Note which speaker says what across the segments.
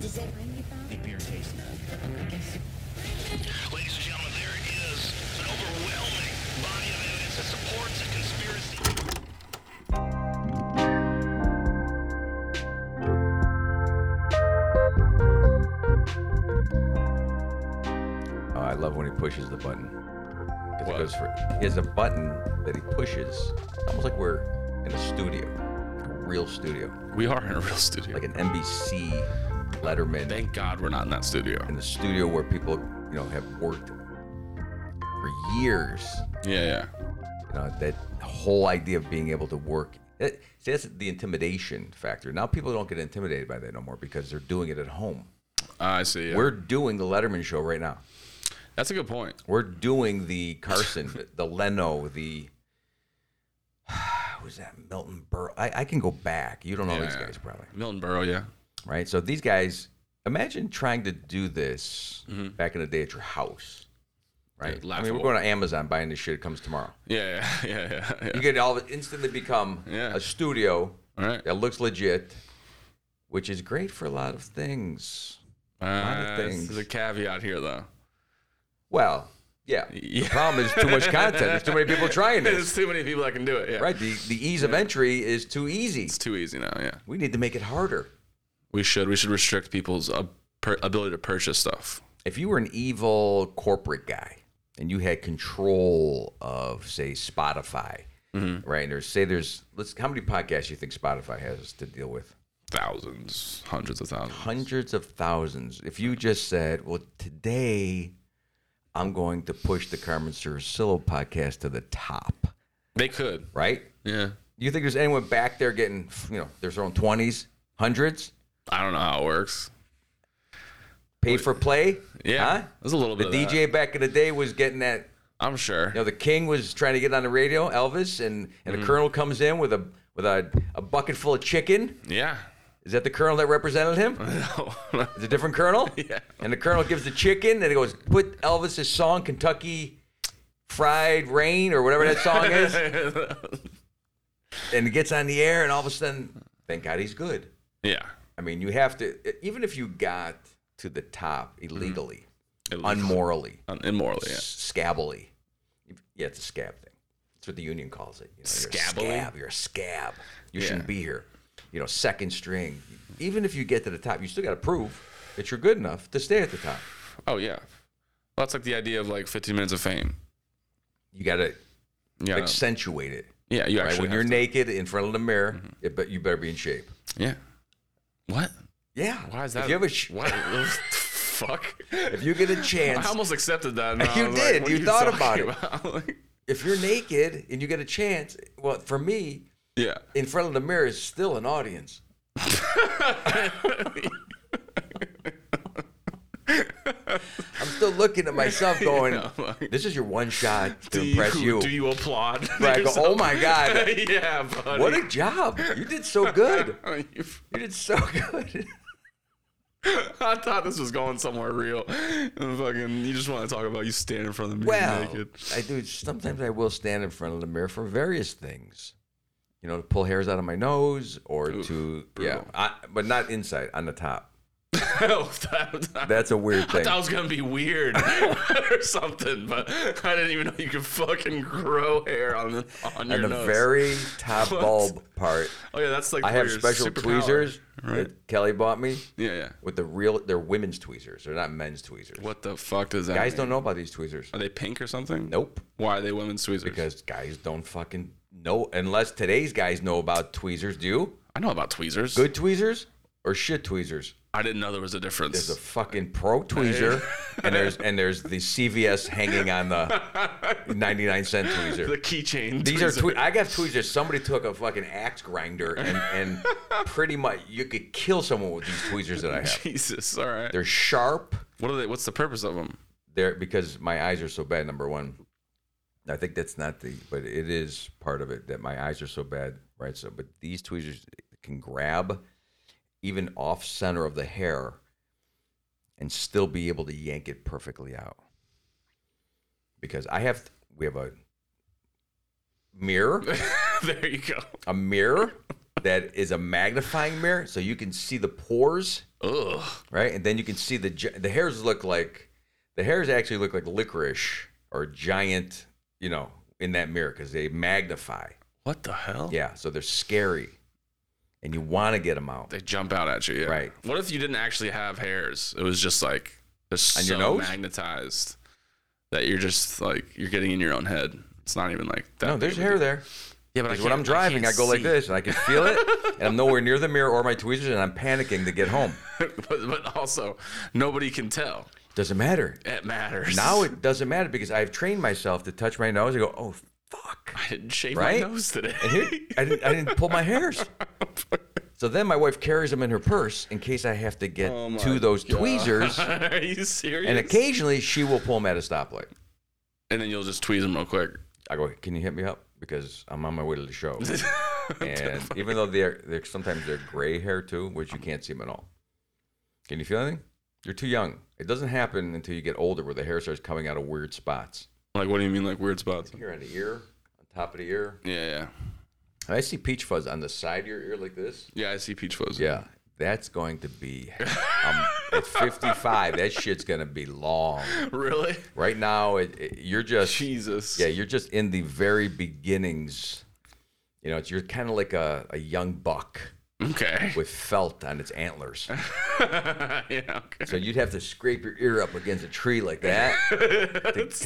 Speaker 1: Does that bring you back?
Speaker 2: The beer tastes good.
Speaker 3: Ladies and gentlemen, there is an overwhelming body of evidence that supports a conspiracy.
Speaker 4: Oh, I love when he pushes the button. 'Cause
Speaker 5: What?
Speaker 4: It goes for, he has a button that he pushes, almost like we're in a studio, a real studio,
Speaker 5: We are in a real studio.
Speaker 4: like an NBC Letterman,
Speaker 5: Thank God we're not in that studio.
Speaker 4: in the studio where people, you know, have worked for years.
Speaker 5: Yeah, yeah.
Speaker 4: You know, that whole idea of being able to work. That, see, that's the intimidation factor. Now people don't get intimidated by that no more because they're doing it at home.
Speaker 5: Uh, I see. yeah.
Speaker 4: We're doing the Letterman show right now.
Speaker 5: That's a good point.
Speaker 4: We're doing the Carson, the Leno, the who's that? Milton Burrow. I, I can go back. You don't know
Speaker 5: Yeah,
Speaker 4: these
Speaker 5: yeah.
Speaker 4: guys probably,
Speaker 5: Milton Burrow, yeah.
Speaker 4: right? So these guys, imagine trying to do this back in the day at your house, right?
Speaker 5: Mm-hmm. Dude,
Speaker 4: I mean, we're
Speaker 5: laughable.
Speaker 4: going to Amazon buying this shit. It comes tomorrow.
Speaker 5: Yeah, yeah, yeah, yeah. yeah.
Speaker 4: You could all instantly become
Speaker 5: Yeah.
Speaker 4: a studio
Speaker 5: All right.
Speaker 4: that looks legit, which is great for a lot of things. lot of
Speaker 5: Uh, this
Speaker 4: things.
Speaker 5: is a caveat here, though.
Speaker 4: Well, yeah. The
Speaker 5: Yeah.
Speaker 4: problem is too much content. There's too many people trying this.
Speaker 5: There's too many people that can do it. Yeah.
Speaker 4: Right. The, the ease of entry is too easy.
Speaker 5: It's too easy now. Yeah.
Speaker 4: We need to make it harder.
Speaker 5: We should. We should restrict people's uh, per- ability to purchase stuff.
Speaker 4: If you were an evil corporate guy and you had control of, say, Spotify,
Speaker 5: Mm-hmm.
Speaker 4: right? Or say there's, let's, how many podcasts you think Spotify has to deal with?
Speaker 5: Thousands, hundreds of thousands.
Speaker 4: Hundreds of thousands. If you just said, well, today I'm going to push the Carmen Sursillo podcast to the top,
Speaker 5: They could.
Speaker 4: right?
Speaker 5: Yeah.
Speaker 4: You think there's anyone back there getting, you know, there's their own 20s, hundreds?
Speaker 5: I don't know how it works.
Speaker 4: Pay for play?
Speaker 5: Yeah.
Speaker 4: Huh?
Speaker 5: There's a little
Speaker 4: The
Speaker 5: bit. of that.
Speaker 4: DJ back in the day was getting that.
Speaker 5: I'm sure.
Speaker 4: You know, the king was trying to get on the radio, Elvis, and and
Speaker 5: Mm-hmm.
Speaker 4: the colonel comes in with a with a, a bucket full of chicken.
Speaker 5: Yeah.
Speaker 4: Is that the colonel that represented him? It's a different colonel.
Speaker 5: Yeah.
Speaker 4: And the colonel gives the chicken, and he goes, "Put Elvis's song, Kentucky Fried Rain, or whatever that song is." and it gets on the air, and all of a sudden, thank God he's good.
Speaker 5: yeah.
Speaker 4: I mean, you have to, even if you got to the top illegally,
Speaker 5: It was-
Speaker 4: unmorally,
Speaker 5: un- immoral. Yeah.
Speaker 4: scabbily. Yeah, it's a scab thing. That's what the union calls it. You know,
Speaker 5: Scabbily?
Speaker 4: You're a scab. You're a scab. You
Speaker 5: Yeah.
Speaker 4: shouldn't be here. You know, second string. Even if you get to the top, you still got to prove that you're good enough to stay at the top.
Speaker 5: Oh yeah. Well, that's like the idea of like 15 minutes of fame.
Speaker 4: You got to
Speaker 5: Yeah.
Speaker 4: accentuate it.
Speaker 5: yeah. You
Speaker 4: Right?
Speaker 5: actually.
Speaker 4: When you're
Speaker 5: have Mm-hmm.
Speaker 4: naked in front of the mirror, it, but you better be in shape.
Speaker 5: to- yeah. What?
Speaker 4: Yeah.
Speaker 5: Why is that?
Speaker 4: If you, have a sh-
Speaker 5: what? the fuck.
Speaker 4: if you get a
Speaker 5: I
Speaker 4: chance,
Speaker 5: almost accepted that. and I
Speaker 4: You
Speaker 5: was like,
Speaker 4: did.
Speaker 5: what
Speaker 4: You
Speaker 5: are
Speaker 4: thought
Speaker 5: talking
Speaker 4: about
Speaker 5: about?
Speaker 4: if you're naked and you get a chance, well, for me,
Speaker 5: yeah.
Speaker 4: in front of the mirror is still an audience. I'm still looking at myself going, this is your one shot to impress you.
Speaker 5: Do you applaud?
Speaker 4: Right, I go, oh my God,
Speaker 5: yeah, buddy.
Speaker 4: what a job. You did so good.
Speaker 5: You-
Speaker 4: You did so good.
Speaker 5: I thought this was going somewhere real. And fucking, you just want to talk about you standing in front of the mirror
Speaker 4: Well,
Speaker 5: naked.
Speaker 4: I do. Sometimes I will stand in front of the mirror for various things. You know, to pull hairs out of my nose or
Speaker 5: Oof,
Speaker 4: to, yeah,
Speaker 5: brutal.
Speaker 4: I, but not inside, on the top.
Speaker 5: Oh, that, that,
Speaker 4: That's a weird
Speaker 5: I
Speaker 4: thing.
Speaker 5: thought it was gonna be weird or something, but I didn't even know you could fucking grow hair on the on your
Speaker 4: And the
Speaker 5: nose.
Speaker 4: very top
Speaker 5: What?
Speaker 4: bulb part
Speaker 5: oh yeah, that's like
Speaker 4: I have
Speaker 5: your
Speaker 4: special
Speaker 5: superpower.
Speaker 4: tweezers
Speaker 5: Right.
Speaker 4: that Kelly bought me
Speaker 5: Yeah, yeah.
Speaker 4: with the real. They're women's tweezers. They're not men's tweezers.
Speaker 5: What the fuck does that?
Speaker 4: Guys
Speaker 5: mean?
Speaker 4: don't know about these tweezers.
Speaker 5: Are they pink or something?
Speaker 4: Nope.
Speaker 5: Why are they women's tweezers?
Speaker 4: Because guys don't fucking know unless today's guys know about tweezers. Do you?
Speaker 5: I know about tweezers.
Speaker 4: Good tweezers or shit tweezers?
Speaker 5: I didn't know there was a difference.
Speaker 4: There's a fucking pro tweezer and there's and there's the CVS hanging on the 99 cent tweezer.
Speaker 5: the keychain.
Speaker 4: These are
Speaker 5: tweezer.
Speaker 4: twe- I got tweezers. Somebody took a fucking axe grinder and, and pretty much you could kill someone with these tweezers that I have.
Speaker 5: Jesus. All right.
Speaker 4: They're sharp.
Speaker 5: What are they? What's the purpose of them?
Speaker 4: They're because my eyes are so bad. Number one, I think that's not the, but it is part of it that my eyes are so bad, right? So, but these tweezers can grab even off center of the hair and still be able to yank it perfectly out. Because I have, we have a mirror,
Speaker 5: there you go.
Speaker 4: a mirror, that is a magnifying mirror, so you can see the pores,
Speaker 5: Ugh.
Speaker 4: right? And then you can see the gi- the hairs look like the hairs actually look like licorice or giant, you know, in that mirror because they magnify.
Speaker 5: What the hell?
Speaker 4: Yeah, so they're scary, and you want to get them out.
Speaker 5: They jump out at you. Yeah.
Speaker 4: Right.
Speaker 5: What if you didn't actually have hairs? It was just like they're so
Speaker 4: On your nose?
Speaker 5: magnetized that you're just like you're getting in your own head. It's not even like that.
Speaker 4: No, there's
Speaker 5: big of a
Speaker 4: hair there.
Speaker 5: Yeah, but I
Speaker 4: Because when I'm
Speaker 5: can't- I
Speaker 4: driving, I,
Speaker 5: can't
Speaker 4: go like
Speaker 5: see.
Speaker 4: this, and I can feel it, and I'm nowhere near the mirror or my tweezers, and I'm panicking to get home.
Speaker 5: but, but also, nobody can tell.
Speaker 4: Doesn't matter.
Speaker 5: It matters.
Speaker 4: Now it doesn't matter because I've trained myself to touch my nose and go, oh, fuck.
Speaker 5: I didn't shave
Speaker 4: Right?
Speaker 5: my nose today.
Speaker 4: And here, I, didn't, I didn't pull my hairs. So then my wife carries them in her purse in case I have to get
Speaker 5: Oh my
Speaker 4: to those tweezers.
Speaker 5: Are you serious?
Speaker 4: And occasionally she will pull them at a stoplight.
Speaker 5: And then you'll just tweeze them real quick.
Speaker 4: I go, can you hit me up? Because I'm on my way to the show. And even though they're, they're sometimes they're gray hair too, which you can't see them at all. Can you feel anything? You're too young. It doesn't happen until you get older where the hair starts coming out of weird spots.
Speaker 5: Like, what do you mean, like weird spots?
Speaker 4: Here on the ear, on top of the ear,
Speaker 5: Yeah, yeah.
Speaker 4: And I see peach fuzz on the side of your ear like this.
Speaker 5: Yeah, I see peach fuzz.
Speaker 4: Yeah, that's going to be um, at 55. That shit's gonna be long.
Speaker 5: Really?
Speaker 4: Right now, it, it- you're just
Speaker 5: Jesus.
Speaker 4: yeah, you're just in the very beginnings. You know, it's, you're kind of like a, a young buck
Speaker 5: Okay.
Speaker 4: with felt on its antlers.
Speaker 5: yeah, okay.
Speaker 4: So you'd have to scrape your ear up against a tree like that because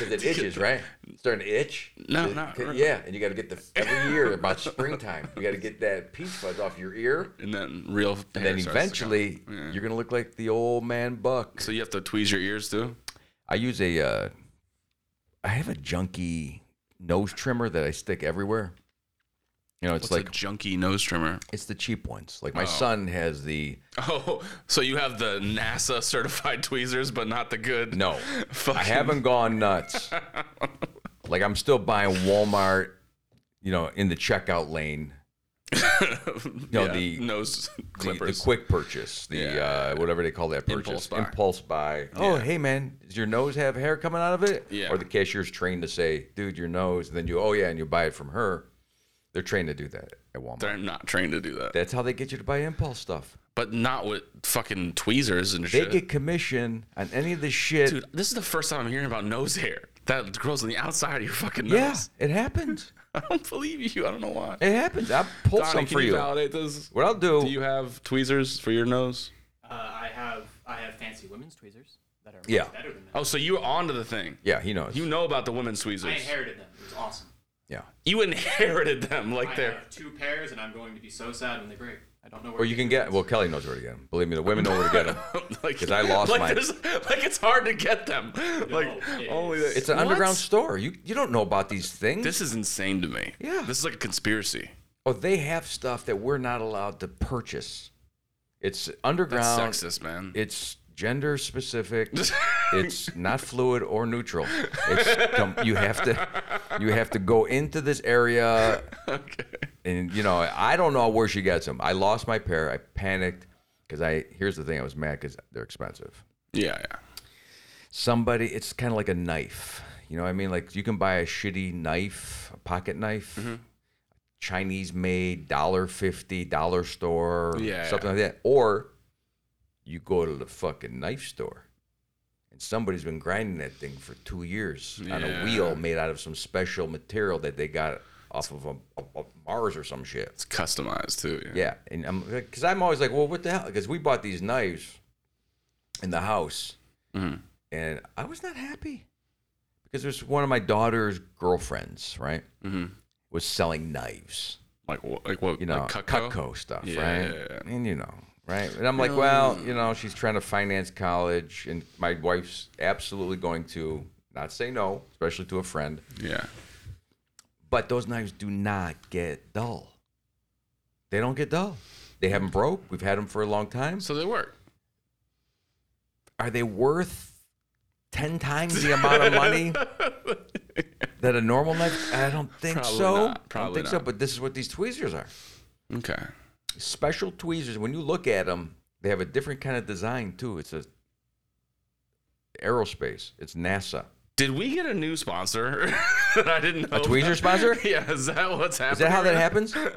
Speaker 4: it itches, right? It's starting to itch.
Speaker 5: No,
Speaker 4: It-
Speaker 5: not
Speaker 4: 'cause-
Speaker 5: really.
Speaker 4: Yeah, and you got to get the every year about springtime. You got to get that peach fuzz off your ear.
Speaker 5: And then real.
Speaker 4: And then eventually, you're gonna look like the old man Buck.
Speaker 5: So you have to tweeze your ears too.
Speaker 4: I use a, uh, I have a junky nose trimmer that I stick everywhere. You know, it's
Speaker 5: It's
Speaker 4: like
Speaker 5: like junky nose trimmer.
Speaker 4: it's the cheap ones. Like my son has the
Speaker 5: Oh, so you have the NASA certified tweezers, but not the good.
Speaker 4: no.
Speaker 5: Fucking,
Speaker 4: I haven't gone nuts. like I'm still buying Walmart. You know, in the checkout lane, no,
Speaker 5: yeah,
Speaker 4: the-
Speaker 5: nose
Speaker 4: the, the
Speaker 5: clippers.
Speaker 4: quick purchase, the
Speaker 5: Yeah.
Speaker 4: uh, whatever they call that purchase,
Speaker 5: Impulse buy.
Speaker 4: Impulse buy. Oh, hey man, does your nose have hair coming out of it?
Speaker 5: Yeah.
Speaker 4: Or the cashier's trained to say, "Dude, your nose." And then you, oh yeah, and you buy it from her. They're trained to do that at Walmart.
Speaker 5: They're not trained to do that,
Speaker 4: That's how they get you to buy impulse stuff.
Speaker 5: but not with fucking tweezers and
Speaker 4: They
Speaker 5: shit.
Speaker 4: get commission on any of this shit.
Speaker 5: Dude, this is the first time I'm hearing about nose hair that grows on the outside of your fucking nose.
Speaker 4: yeah, it happens.
Speaker 5: I don't believe you. I don't know why.
Speaker 4: It happens. I'll pull
Speaker 5: Donnie,
Speaker 4: some
Speaker 5: can
Speaker 4: for you.
Speaker 5: validate this?
Speaker 4: What I'll do,
Speaker 5: Do you have tweezers for your nose?
Speaker 1: Uh, I have I have fancy women's tweezers that are much
Speaker 4: Yeah.
Speaker 1: better than that.
Speaker 5: Oh, so you were onto the thing.
Speaker 4: yeah, he knows.
Speaker 5: You know about the women's
Speaker 1: I
Speaker 5: tweezers.
Speaker 1: inherited them. It was awesome.
Speaker 4: yeah.
Speaker 5: you inherited them, like
Speaker 1: I
Speaker 5: they're.
Speaker 1: have two pairs, and I'm going to be so sad when they break. I don't know where.
Speaker 4: Or you
Speaker 1: they-
Speaker 4: can get. Well, Kelly knows where to get them. Believe me, the women know where to get them.
Speaker 5: like
Speaker 4: 'Cause I lost
Speaker 5: like
Speaker 4: mine.
Speaker 5: there's- Like it's hard to get them. like
Speaker 1: it
Speaker 5: only
Speaker 1: is.
Speaker 5: the,
Speaker 4: It's an
Speaker 5: What?
Speaker 4: underground store. You you don't know about these things.
Speaker 5: This is insane to me.
Speaker 4: Yeah.
Speaker 5: This is like a conspiracy.
Speaker 4: Oh, they have stuff that we're not allowed to purchase. It's underground.
Speaker 5: That's sexist, man.
Speaker 4: It's gender specific. it's not fluid or neutral. It's com- you have to you have to go into this area,
Speaker 5: okay.
Speaker 4: and you know I don't know where she gets them. I lost my pair. I panicked because I here's the thing. I was mad because they're expensive.
Speaker 5: Yeah, yeah.
Speaker 4: Somebody, it's kind of like a knife. You know what I mean? Like you can buy a shitty knife, a pocket knife.
Speaker 5: Mm-hmm.
Speaker 4: Chinese made dollar fifty dollar store,
Speaker 5: Yeah,
Speaker 4: something like that. Or you go to the fucking knife store, and somebody's been grinding that thing for two years on a
Speaker 5: Yeah.
Speaker 4: wheel made out of some special material that they got off of a, a- a Mars or some shit.
Speaker 5: It's customized too. Yeah.
Speaker 4: Yeah, and I'm because I'm always like, well, what the hell? Because we bought these knives in the house,
Speaker 5: Mm-hmm.
Speaker 4: and I was not happy because there's one of my daughter's girlfriends, right, was selling knives
Speaker 5: Like what? Like what?
Speaker 4: you know,
Speaker 5: Mm-hmm. like
Speaker 4: Cutco, stuff,
Speaker 5: Yeah,
Speaker 4: right?
Speaker 5: yeah, yeah. Mm.
Speaker 4: And you know, right? And I'm like, well, you know, she's trying to finance college, and my wife's absolutely going to not say no, especially to a friend.
Speaker 5: Yeah.
Speaker 4: But those knives do not get dull. They don't get dull. They haven't broke. We've had them for a long time.
Speaker 5: So they work.
Speaker 4: Are they worth ten times the amount of money that a normal knife? I don't think
Speaker 5: Probably
Speaker 4: so.
Speaker 5: not.
Speaker 4: I don't
Speaker 5: Probably
Speaker 4: think so.
Speaker 5: not.
Speaker 4: But this is what these tweezers are.
Speaker 5: Okay.
Speaker 4: special tweezers. When you look at them, they have a different kind of design too. It's a aerospace. It's NASA.
Speaker 5: Did we get a new sponsor? I didn't know.
Speaker 4: A tweezer sponsor? Is
Speaker 5: Yeah, is that what's happening?
Speaker 4: that how that
Speaker 5: right
Speaker 4: happens?
Speaker 5: now?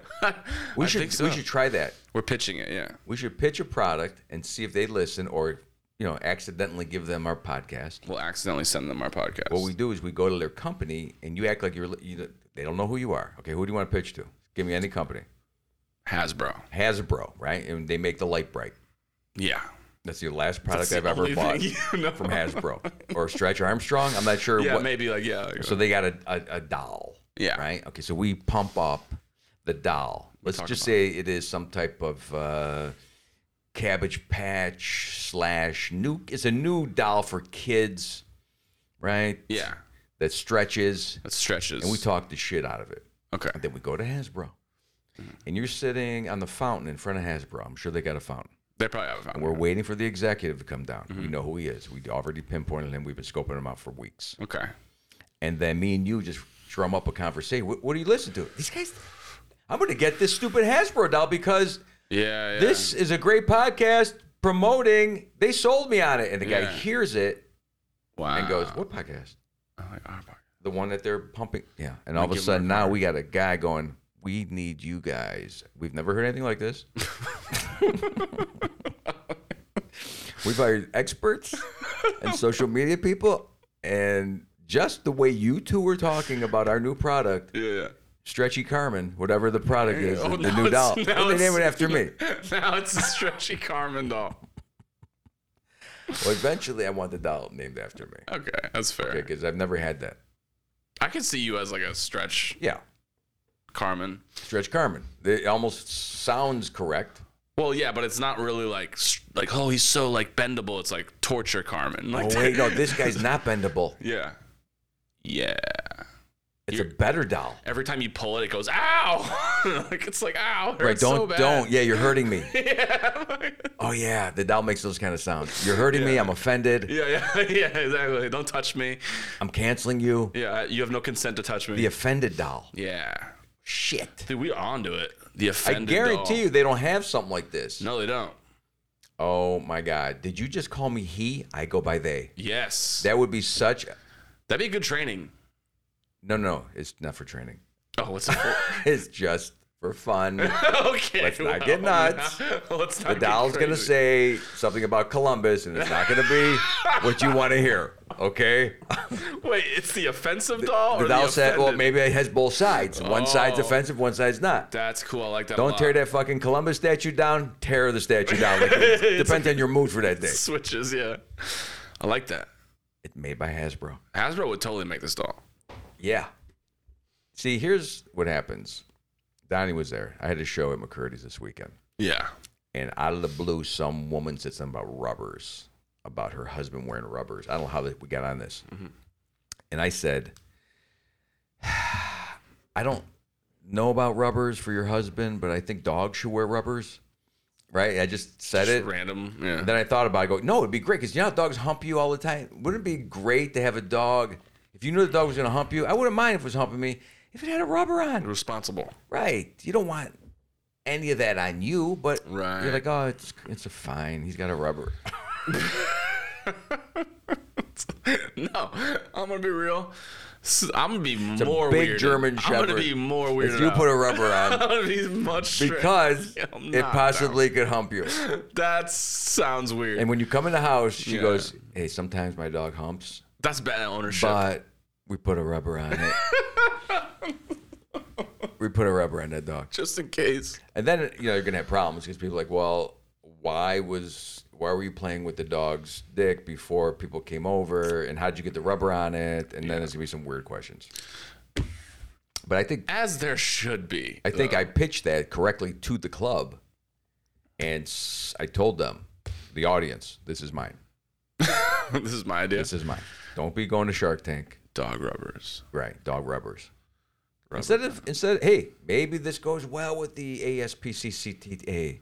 Speaker 4: We
Speaker 5: I
Speaker 4: should
Speaker 5: think so.
Speaker 4: we should try that.
Speaker 5: We're pitching it, yeah.
Speaker 4: We should pitch a product and see if they listen or you know accidentally give them our podcast.
Speaker 5: We'll accidentally send them our podcast.
Speaker 4: What we do is we go to their company and you act like you're you, know, they don't know who you are. Okay, who do you want to pitch to? Give me any company.
Speaker 5: Hasbro.
Speaker 4: Hasbro, right? And they make the light bright.
Speaker 5: Yeah.
Speaker 4: That's the last product I've ever
Speaker 5: only
Speaker 4: bought
Speaker 5: thing you know.
Speaker 4: from Hasbro or Stretch Armstrong. I'm not sure
Speaker 5: Yeah,
Speaker 4: what.
Speaker 5: maybe like yeah. like-
Speaker 4: So they got a, a, a doll.
Speaker 5: Yeah.
Speaker 4: Right. Okay. So we pump up the doll. Let's
Speaker 5: talk
Speaker 4: just
Speaker 5: about
Speaker 4: say it is some type of uh, cabbage patch slash new. It's a new doll for kids, right?
Speaker 5: yeah.
Speaker 4: That stretches,
Speaker 5: That stretches.
Speaker 4: and we talk the shit out of it.
Speaker 5: Okay.
Speaker 4: And then we go to Hasbro,
Speaker 5: Mm-hmm.
Speaker 4: and you're sitting on the fountain in front of Hasbro. I'm sure they got a fountain.
Speaker 5: They probably have a
Speaker 4: And we're
Speaker 5: founder.
Speaker 4: waiting for the executive to come down.
Speaker 5: Mm-hmm.
Speaker 4: We know who he is. We already pinpointed him. We've been scoping him out for weeks.
Speaker 5: Okay.
Speaker 4: And then me and you just drum up a conversation. What, what do you listen to? These guys, I'm going to get this stupid Hasbro doll because
Speaker 5: Yeah, yeah.
Speaker 4: this is a great podcast promoting. They sold me on it. And the guy
Speaker 5: Yeah.
Speaker 4: hears it
Speaker 5: wow.
Speaker 4: and goes, What podcast?
Speaker 5: I'm like, our podcast.
Speaker 4: The one that they're pumping. Yeah. And all of a
Speaker 5: give 'em
Speaker 4: sudden now we got a guy going, We need you guys. We've never heard anything like this. We've hired experts and social media people. And just the way you two were talking about our new product,
Speaker 5: Yeah, yeah.
Speaker 4: Stretchy Carmen, whatever the product is,
Speaker 5: Oh,
Speaker 4: the,
Speaker 5: now
Speaker 4: new doll.
Speaker 5: it's- now
Speaker 4: Well, They
Speaker 5: it's-
Speaker 4: name it after me.
Speaker 5: now it's a stretchy Carmen doll.
Speaker 4: Well, eventually I want the doll named after me.
Speaker 5: Okay, that's fair.
Speaker 4: Because I've never had that.
Speaker 5: I could see you as like a stretch
Speaker 4: Yeah.
Speaker 5: Carmen.
Speaker 4: Stretch Carmen. It almost sounds correct.
Speaker 5: Well, yeah, but it's not really like s- like oh he's so like bendable. It's like torture Carmen. Like
Speaker 4: Oh wait, no, this guy's not bendable.
Speaker 5: yeah, yeah.
Speaker 4: It's a
Speaker 5: You're-
Speaker 4: better doll.
Speaker 5: Every time you pull it, it goes ow. like it's like ow. it
Speaker 4: Right?
Speaker 5: hurts
Speaker 4: Don't
Speaker 5: so bad.
Speaker 4: don't. Yeah, you're hurting me.
Speaker 5: yeah,
Speaker 4: Oh yeah, the doll makes those kind of sounds. You're hurting me. I'm offended.
Speaker 5: yeah, yeah, yeah. Exactly. Don't touch me.
Speaker 4: I'm canceling you.
Speaker 5: Yeah, you have no consent to touch me.
Speaker 4: The offended doll.
Speaker 5: yeah,
Speaker 4: Shit.
Speaker 5: dude, we onto it. The
Speaker 4: I
Speaker 5: offended.
Speaker 4: guarantee
Speaker 5: doll.
Speaker 4: you they don't have something like this.
Speaker 5: No, they don't.
Speaker 4: Oh my god. Did you just call me he? I go by they.
Speaker 5: Yes,
Speaker 4: That would be such
Speaker 5: that'd be good training.
Speaker 4: No, no, it's not for training.
Speaker 5: Oh, what's it for?
Speaker 4: It's just for fun.
Speaker 5: okay.
Speaker 4: Let's not get nuts.
Speaker 5: Let's
Speaker 4: The
Speaker 5: not get
Speaker 4: doll's gonna
Speaker 5: crazy.
Speaker 4: say something about Columbus, and it's not gonna be what you want to hear. Okay.
Speaker 5: Wait, it's the offensive doll.
Speaker 4: The
Speaker 5: or
Speaker 4: doll said, "Well,
Speaker 5: offended?
Speaker 4: maybe it has both sides. One side's
Speaker 5: Oh.
Speaker 4: offensive, one side's not.
Speaker 5: That's cool. I like that. a
Speaker 4: Don't
Speaker 5: lot.
Speaker 4: tear that fucking Columbus statue down. Tear the statue down. Like, it depends on your mood for that day.
Speaker 5: Switches, yeah. I like that.
Speaker 4: It's made by Hasbro.
Speaker 5: Hasbro would totally make this doll.
Speaker 4: Yeah. See, here's what happens. Donnie was there. I had a show at McCurdy's this weekend,
Speaker 5: Yeah.
Speaker 4: and out of the blue, some woman said something about rubbers, about her husband wearing rubbers. I don't know how that we got on this, and I said, "I don't know about rubbers for your husband, but I think dogs should wear rubbers." Right? I just said it.
Speaker 5: Random. Yeah.
Speaker 4: And then I thought about it. I go, no, it'd be great because you know how dogs hump you all the time. Wouldn't it be great to have a dog? If you knew the dog was going to hump you, I wouldn't mind if it was humping me if it had a rubber on.
Speaker 5: Responsible.
Speaker 4: Right. You don't want any of that on you, but
Speaker 5: Right.
Speaker 4: you're like, oh, it's it's a fine. He's got a rubber.
Speaker 5: no, I'm gonna be real. S- I'm gonna be
Speaker 4: a
Speaker 5: more
Speaker 4: big
Speaker 5: weirded.
Speaker 4: German
Speaker 5: I'm
Speaker 4: Shepherd.
Speaker 5: gonna be more weird.
Speaker 4: If you put a rubber on,
Speaker 5: I'm gonna be much straight-
Speaker 4: because
Speaker 5: Yeah, I'm
Speaker 4: it
Speaker 5: not
Speaker 4: possibly could hump you.
Speaker 5: That sounds weird.
Speaker 4: And when you come in the house, she
Speaker 5: Yeah.
Speaker 4: goes, hey, sometimes my dog humps,
Speaker 5: That's bad ownership.
Speaker 4: but we put a rubber on it. we put a rubber on that dog.
Speaker 5: just in case.
Speaker 4: And then you know you're gonna have problems because people are like, well, why was why were you playing with the dog's dick before people came over, and how'd you get the rubber on it? And then there's gonna be some weird questions. But I think
Speaker 5: As there should be.
Speaker 4: I think I pitched that correctly to the club, and s- I told them, the audience, this is mine.
Speaker 5: this is my idea.
Speaker 4: This is mine. Don't be going to Shark Tank.
Speaker 5: Dog rubbers.
Speaker 4: Right, dog rubbers. Instead of instead, hey, maybe this goes well with the ASPCCTA,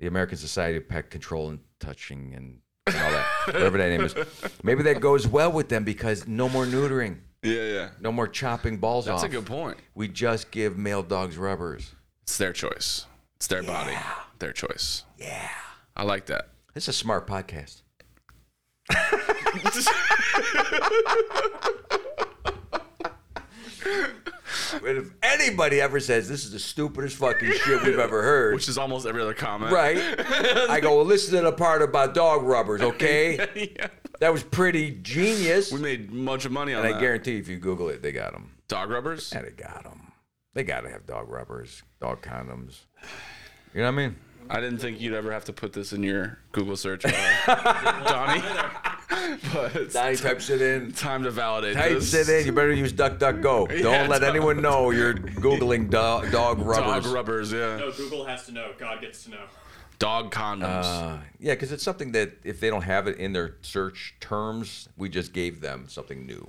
Speaker 4: the American Society of Pet Control and Touching and, and all that, whatever that name is. Maybe that goes well with them because no more neutering,
Speaker 5: Yeah, yeah.
Speaker 4: no more chopping balls
Speaker 5: That's
Speaker 4: off.
Speaker 5: a good point.
Speaker 4: we just give male dogs rubbers.
Speaker 5: It's their choice. It's their body. Their choice. Yeah. I like that.
Speaker 4: This is a smart podcast. But if anybody ever says this is the stupidest fucking shit we've ever heard,
Speaker 5: Which is almost every other comment.
Speaker 4: right? I go, well, listen to the part about dog rubbers, okay?
Speaker 5: yeah.
Speaker 4: That was pretty genius.
Speaker 5: We
Speaker 4: And
Speaker 5: made much of money on
Speaker 4: I
Speaker 5: that.
Speaker 4: guarantee if you Google it, they got them.
Speaker 5: Dog rubbers?
Speaker 4: Yeah, they got them. They got to have dog rubbers, dog condoms. You know what I mean?
Speaker 5: I didn't think you'd ever have to put this in your Google search, uh, Donnie. but it's
Speaker 4: Donnie types it in.
Speaker 5: time to validate
Speaker 4: Types
Speaker 5: this.
Speaker 4: it in. You better use DuckDuckGo. Don't
Speaker 5: Yeah,
Speaker 4: let
Speaker 5: dog-
Speaker 4: anyone know you're Googling do- dog rubbers.
Speaker 5: Dog rubbers, yeah.
Speaker 1: No, Google has to know. God gets to know.
Speaker 5: Dog condoms.
Speaker 4: Uh, yeah, because it's something that if they don't have it in their search terms, we just gave them something new.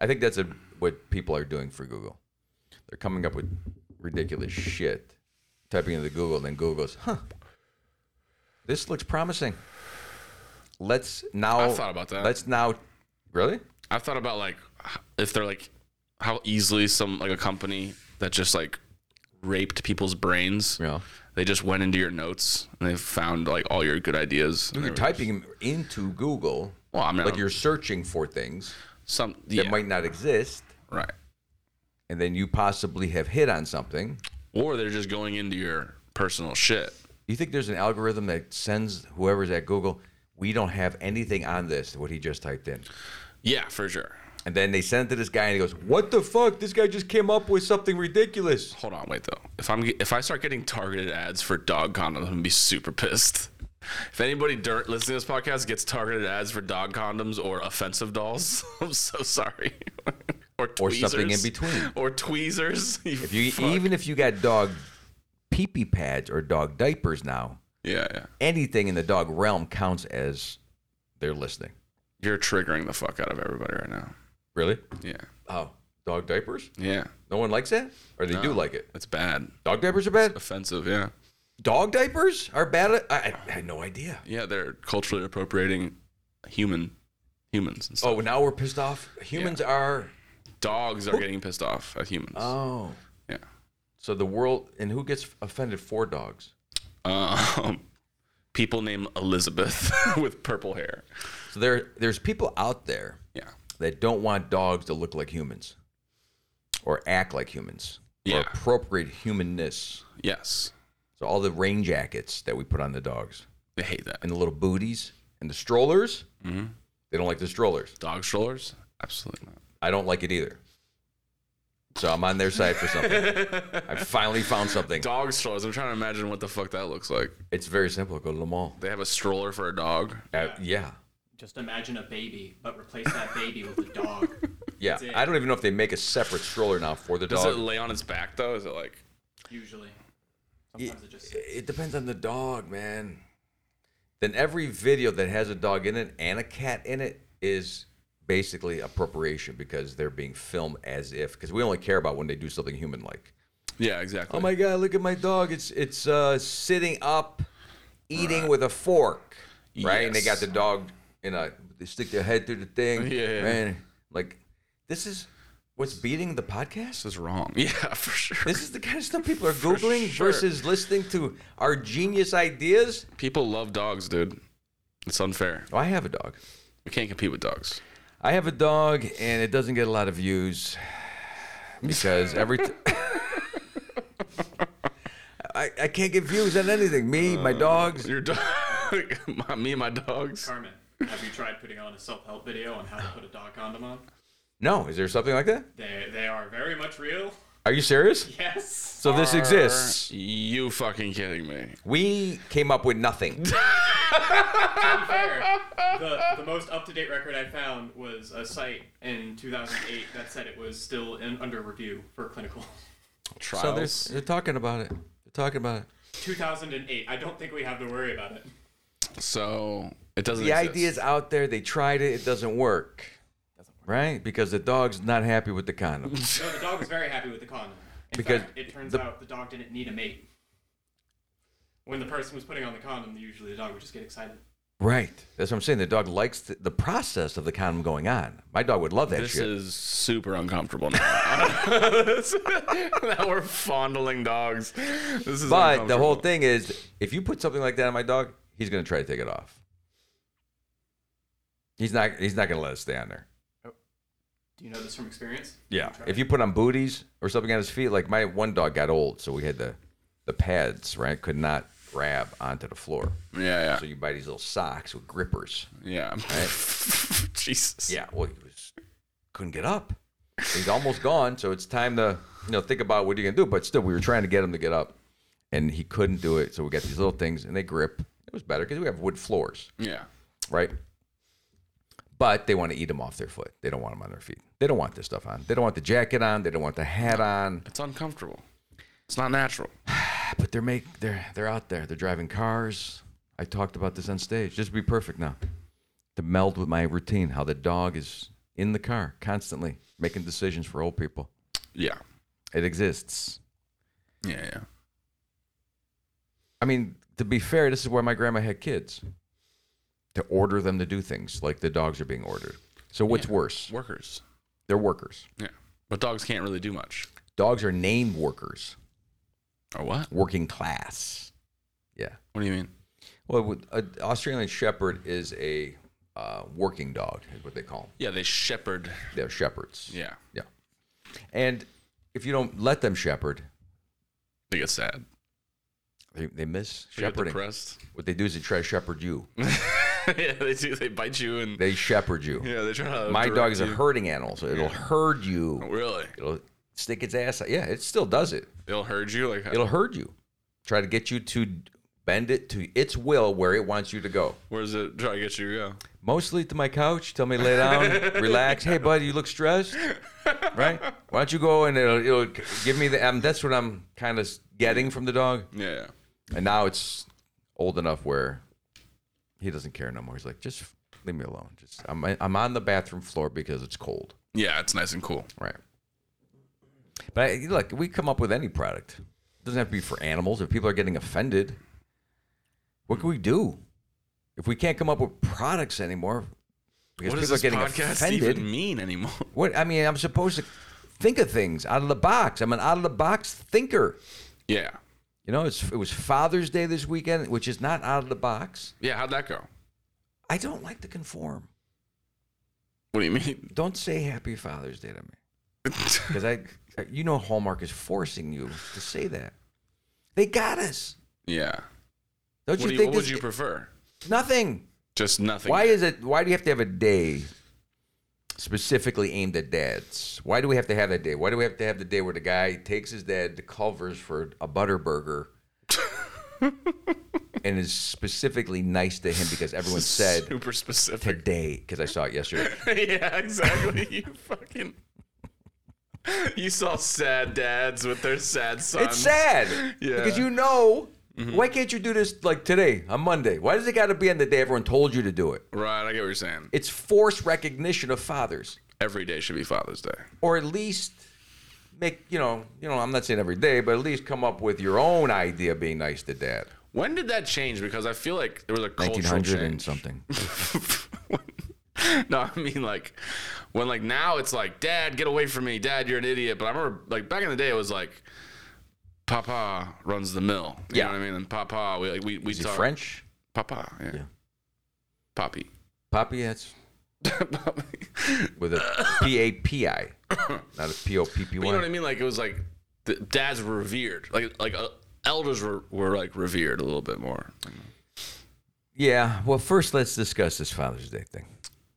Speaker 4: I think that's a, what people are doing for Google. They're coming up with ridiculous shit, typing into Google, and then Google goes, huh, this looks promising. Let's now.
Speaker 5: I've thought about that.
Speaker 4: Let's now. Really?
Speaker 5: I've thought about like h- if they're like how easily some like a company that just like raped people's brains.
Speaker 4: Yeah.
Speaker 5: They just went into your notes and they found like all your good ideas. and
Speaker 4: You're
Speaker 5: they were
Speaker 4: typing them into Google,
Speaker 5: Well, I mean,
Speaker 4: like you're searching for things
Speaker 5: some
Speaker 4: that
Speaker 5: yeah,
Speaker 4: might not exist,
Speaker 5: right.
Speaker 4: and then you possibly have hit on something.
Speaker 5: Or they're just going into your personal shit.
Speaker 4: you think there's an algorithm that sends whoever's at Google, we don't have anything on this, what he just typed in.
Speaker 5: Yeah, for sure.
Speaker 4: And then they send it to this guy and he goes, What the fuck? This guy just came up with something ridiculous.
Speaker 5: Hold on, wait though. If I'm if I start getting targeted ads for dog condoms, I'm gonna be super pissed. If anybody dur- listening to this podcast gets targeted ads for dog condoms or offensive dolls, I'm so sorry. or tweezers,
Speaker 4: Or something in between.
Speaker 5: Or tweezers.
Speaker 4: If you even if you got dog pee pee pads or dog diapers now,
Speaker 5: yeah, yeah,
Speaker 4: anything in the dog realm counts as they're listening.
Speaker 5: you're triggering the fuck out of everybody right now.
Speaker 4: Really?
Speaker 5: Yeah,
Speaker 4: Oh. Dog diapers?
Speaker 5: yeah,
Speaker 4: No one likes that? Or they do like it.
Speaker 5: that's bad.
Speaker 4: Dog diapers are bad?
Speaker 5: Offensive. Yeah,
Speaker 4: Dog diapers are bad? At, I, I had no idea.
Speaker 5: yeah, they're culturally appropriating human humans. And stuff.
Speaker 4: Oh, now we're pissed off. Humans are.
Speaker 5: Dogs are getting pissed off at humans.
Speaker 4: Oh.
Speaker 5: yeah.
Speaker 4: So the world, and who gets offended for dogs?
Speaker 5: um, people named Elizabeth with purple hair.
Speaker 4: So there, there's people out there
Speaker 5: Yeah.
Speaker 4: that don't want dogs to look like humans, or act like humans, or
Speaker 5: Yeah.
Speaker 4: appropriate humanness.
Speaker 5: Yes.
Speaker 4: So all the rain jackets that we put on the dogs,
Speaker 5: They hate that.
Speaker 4: and the little booties, and the strollers,
Speaker 5: Mm-hmm.
Speaker 4: they don't like the strollers.
Speaker 5: Dog strollers? Absolutely not.
Speaker 4: I don't like it either. So I'm on their side for something. I finally found something.
Speaker 5: Dog strollers. I'm trying to imagine what the fuck that looks like.
Speaker 4: It's very simple. Go to the mall.
Speaker 5: They have a stroller for a dog.
Speaker 4: Uh, yeah,
Speaker 1: Just imagine a baby, but replace that baby with a dog.
Speaker 4: yeah.
Speaker 1: That's it.
Speaker 4: I don't even know if they make a separate stroller now for the
Speaker 5: Does
Speaker 4: dog.
Speaker 5: it lay on its back though? Is it like
Speaker 1: Usually, sometimes it just.
Speaker 4: It depends on the dog, man. Then every video that has a dog in it and a cat in it is basically appropriation because they're being filmed as if because we only care about when they do something human like.
Speaker 5: Yeah, exactly.
Speaker 4: Oh my god, look at my dog. It's it's uh, sitting up eating with a fork. Right? And they got
Speaker 5: Yes.
Speaker 4: the dog in a they stick their head through the thing.
Speaker 5: Yeah, yeah.
Speaker 4: Man, like this is what's beating the podcast?
Speaker 5: This is wrong. Yeah, for sure.
Speaker 4: This is the kind of stuff people are googling
Speaker 5: sure.
Speaker 4: versus listening to our genius ideas.
Speaker 5: People love dogs, dude. It's unfair.
Speaker 4: Oh, I have a dog.
Speaker 5: We can't compete with dogs.
Speaker 4: I have a dog, and it doesn't get a lot of views because every. T- I, I can't get views on anything. Me, my dogs.
Speaker 5: Your dog, my, me and my dogs.
Speaker 1: Carmen, have you tried putting on a self-help video on how to put a dog condom on?
Speaker 4: No, is there something like that?
Speaker 1: They they are very much real.
Speaker 4: Are you serious?
Speaker 1: Yes.
Speaker 4: So this exists.
Speaker 5: Are you fucking kidding me?
Speaker 4: We came up with nothing.
Speaker 1: Fair. The, the most up-to-date record I found was a site in 2008 that said it was still in, under review for clinical.
Speaker 5: Trials.
Speaker 4: So there's, they're talking about it. They're talking about it.
Speaker 1: 2008. I don't think we have to worry about it.
Speaker 5: So it doesn't.
Speaker 4: The
Speaker 5: exist.
Speaker 4: idea's out there. They tried it. It doesn't work. Right? Because the dog's not happy with the condom.
Speaker 1: No, the dog was very happy with the condom. In
Speaker 4: Because
Speaker 1: fact, it turns
Speaker 4: the-
Speaker 1: out the dog didn't need a mate. When the person was putting on the condom, usually the dog would just get excited.
Speaker 4: Right. That's what I'm saying. The dog likes the, the process of the condom going on. My dog would love that
Speaker 5: This
Speaker 4: shit.
Speaker 5: is super uncomfortable now. now we're fondling dogs. This is
Speaker 4: but the whole
Speaker 5: uncomfortable.
Speaker 4: thing is, if you put something like that on my dog, he's gonna try to take it off. He's not. He's not gonna let it stay on there.
Speaker 1: Do you know this from experience?
Speaker 4: Yeah. If you put on booties or something on his feet, like my one dog got old, so we had the the pads, right? Could not grab onto the floor.
Speaker 5: Yeah,
Speaker 4: So
Speaker 5: yeah,
Speaker 4: you buy these little socks with grippers.
Speaker 5: yeah. Jesus.
Speaker 4: Yeah, well, he was couldn't get up. He's almost gone, so it's time to you know think about what you're gonna do. But still, we were trying to get him to get up, and he couldn't do it. So we got these little things, and they grip. It was better because we have wood floors,
Speaker 5: Yeah.
Speaker 4: right? But they want to eat them off their foot. They don't want them on their feet. They don't want this stuff on. They don't want the jacket on. They don't want the hat on.
Speaker 5: It's uncomfortable. It's not natural.
Speaker 4: But they're make they're they're out there. They're driving cars. I talked about this on stage. Just be perfect now. To meld with my routine, how the dog is in the car constantly making decisions for old people.
Speaker 5: Yeah.
Speaker 4: It exists.
Speaker 5: Yeah, yeah.
Speaker 4: I mean, to be fair, this is where my grandma had kids. To order them to do things like the dogs are being ordered. So what's worse?
Speaker 5: Workers.
Speaker 4: They're workers.
Speaker 5: Yeah. But dogs can't really do much.
Speaker 4: Dogs are named workers,
Speaker 5: Or what?
Speaker 4: working class. Yeah.
Speaker 5: What do you mean?
Speaker 4: Well, an Australian Shepherd is a uh, working dog, is what they call them.
Speaker 5: Yeah, they shepherd.
Speaker 4: They're shepherds.
Speaker 5: Yeah.
Speaker 4: Yeah. And if you don't let them shepherd,
Speaker 5: They get sad.
Speaker 4: they, they miss
Speaker 5: They get
Speaker 4: shepherding.
Speaker 5: depressed.
Speaker 4: What they do is they try to shepherd you.
Speaker 5: yeah, they do. They bite you and
Speaker 4: They shepherd you.
Speaker 5: yeah, they try to.
Speaker 4: My
Speaker 5: direct
Speaker 4: dog is a
Speaker 5: you. Oh.
Speaker 4: herding animal, so it'll herd you.
Speaker 5: Really?
Speaker 4: It'll stick its ass out. Yeah, it still does it.
Speaker 5: They'll herd you like.
Speaker 4: It'll herd you. Try to get you to bend it to its will where it wants you to go.
Speaker 5: Where's it try to get you? Yeah.
Speaker 4: Mostly to my couch. Tell me to lay down, relax. Hey, buddy, you look stressed, right? Why don't you go and it'll, it'll give me the. Um, that's what I'm kind of getting from the dog.
Speaker 5: Yeah. yeah.
Speaker 4: And now it's old enough where he doesn't care no more. He's like, just leave me alone. Just I'm I'm on the bathroom floor because it's cold.
Speaker 5: Yeah, it's nice and cool.
Speaker 4: Right. But I, look, we come up with any product. It doesn't have to be for animals. If people are getting offended, what can we do? If we can't come up with products anymore, because
Speaker 5: what does
Speaker 4: people
Speaker 5: this
Speaker 4: are getting
Speaker 5: podcast
Speaker 4: offended.
Speaker 5: even mean anymore?
Speaker 4: What I mean, I'm supposed to think of things out of the box. I'm an out of the box thinker.
Speaker 5: Yeah.
Speaker 4: You know, it's, it was Father's Day this weekend, which is not out of the box.
Speaker 5: Yeah. How'd that go?
Speaker 4: I don't like to conform.
Speaker 5: What do you mean?
Speaker 4: Don't say Happy Father's Day to me. Because I, you know, Hallmark is forcing you to say that. They got us.
Speaker 5: yeah.
Speaker 4: Don't
Speaker 5: What,
Speaker 4: you
Speaker 5: do you,
Speaker 4: think
Speaker 5: what would
Speaker 4: this-
Speaker 5: you prefer?
Speaker 4: nothing?
Speaker 5: Just nothing.
Speaker 4: Why is it? Why do you have to have a day specifically aimed at dads? Why do we have to have that day? Why do we have to have the day where the guy takes his dad to Culver's for a butter burger? and is specifically nice to him because everyone said
Speaker 5: super specific.
Speaker 4: today because I saw it yesterday.
Speaker 5: yeah, exactly. You fucking. You saw sad dads with their sad sons.
Speaker 4: It's sad
Speaker 5: Yeah. Mm-hmm.
Speaker 4: because you know why can't you do this like today on Monday? Why does it got to be on the day everyone told you to do it?
Speaker 5: Right, I get what you're saying.
Speaker 4: It's forced recognition of fathers,
Speaker 5: Every day should be Father's Day.
Speaker 4: or at least make you know you know I'm not saying every day, but at least come up with your own idea of being nice to dad.
Speaker 5: When did that change? Because I feel like there was a cultural
Speaker 4: 1900
Speaker 5: change.
Speaker 4: and something.
Speaker 5: no, I mean like when like now it's like, Dad, get away from me, Dad, you're an idiot. But I remember like back in the day it was like Papa runs the mill. You
Speaker 4: Yeah.
Speaker 5: know what I mean? And Papa, we like we, we
Speaker 4: Is he
Speaker 5: talk
Speaker 4: French?
Speaker 5: Papa, yeah.
Speaker 4: Yeah.
Speaker 5: Poppy.
Speaker 4: Poppy, that's
Speaker 5: Poppy.
Speaker 4: with a P A P I, not a P O P P
Speaker 5: But you know what I
Speaker 4: Y.
Speaker 5: mean? Like it was like the dads were revered. Like like uh, elders were, were like revered a little bit more.
Speaker 4: Yeah. Well, first let's discuss this Father's Day thing.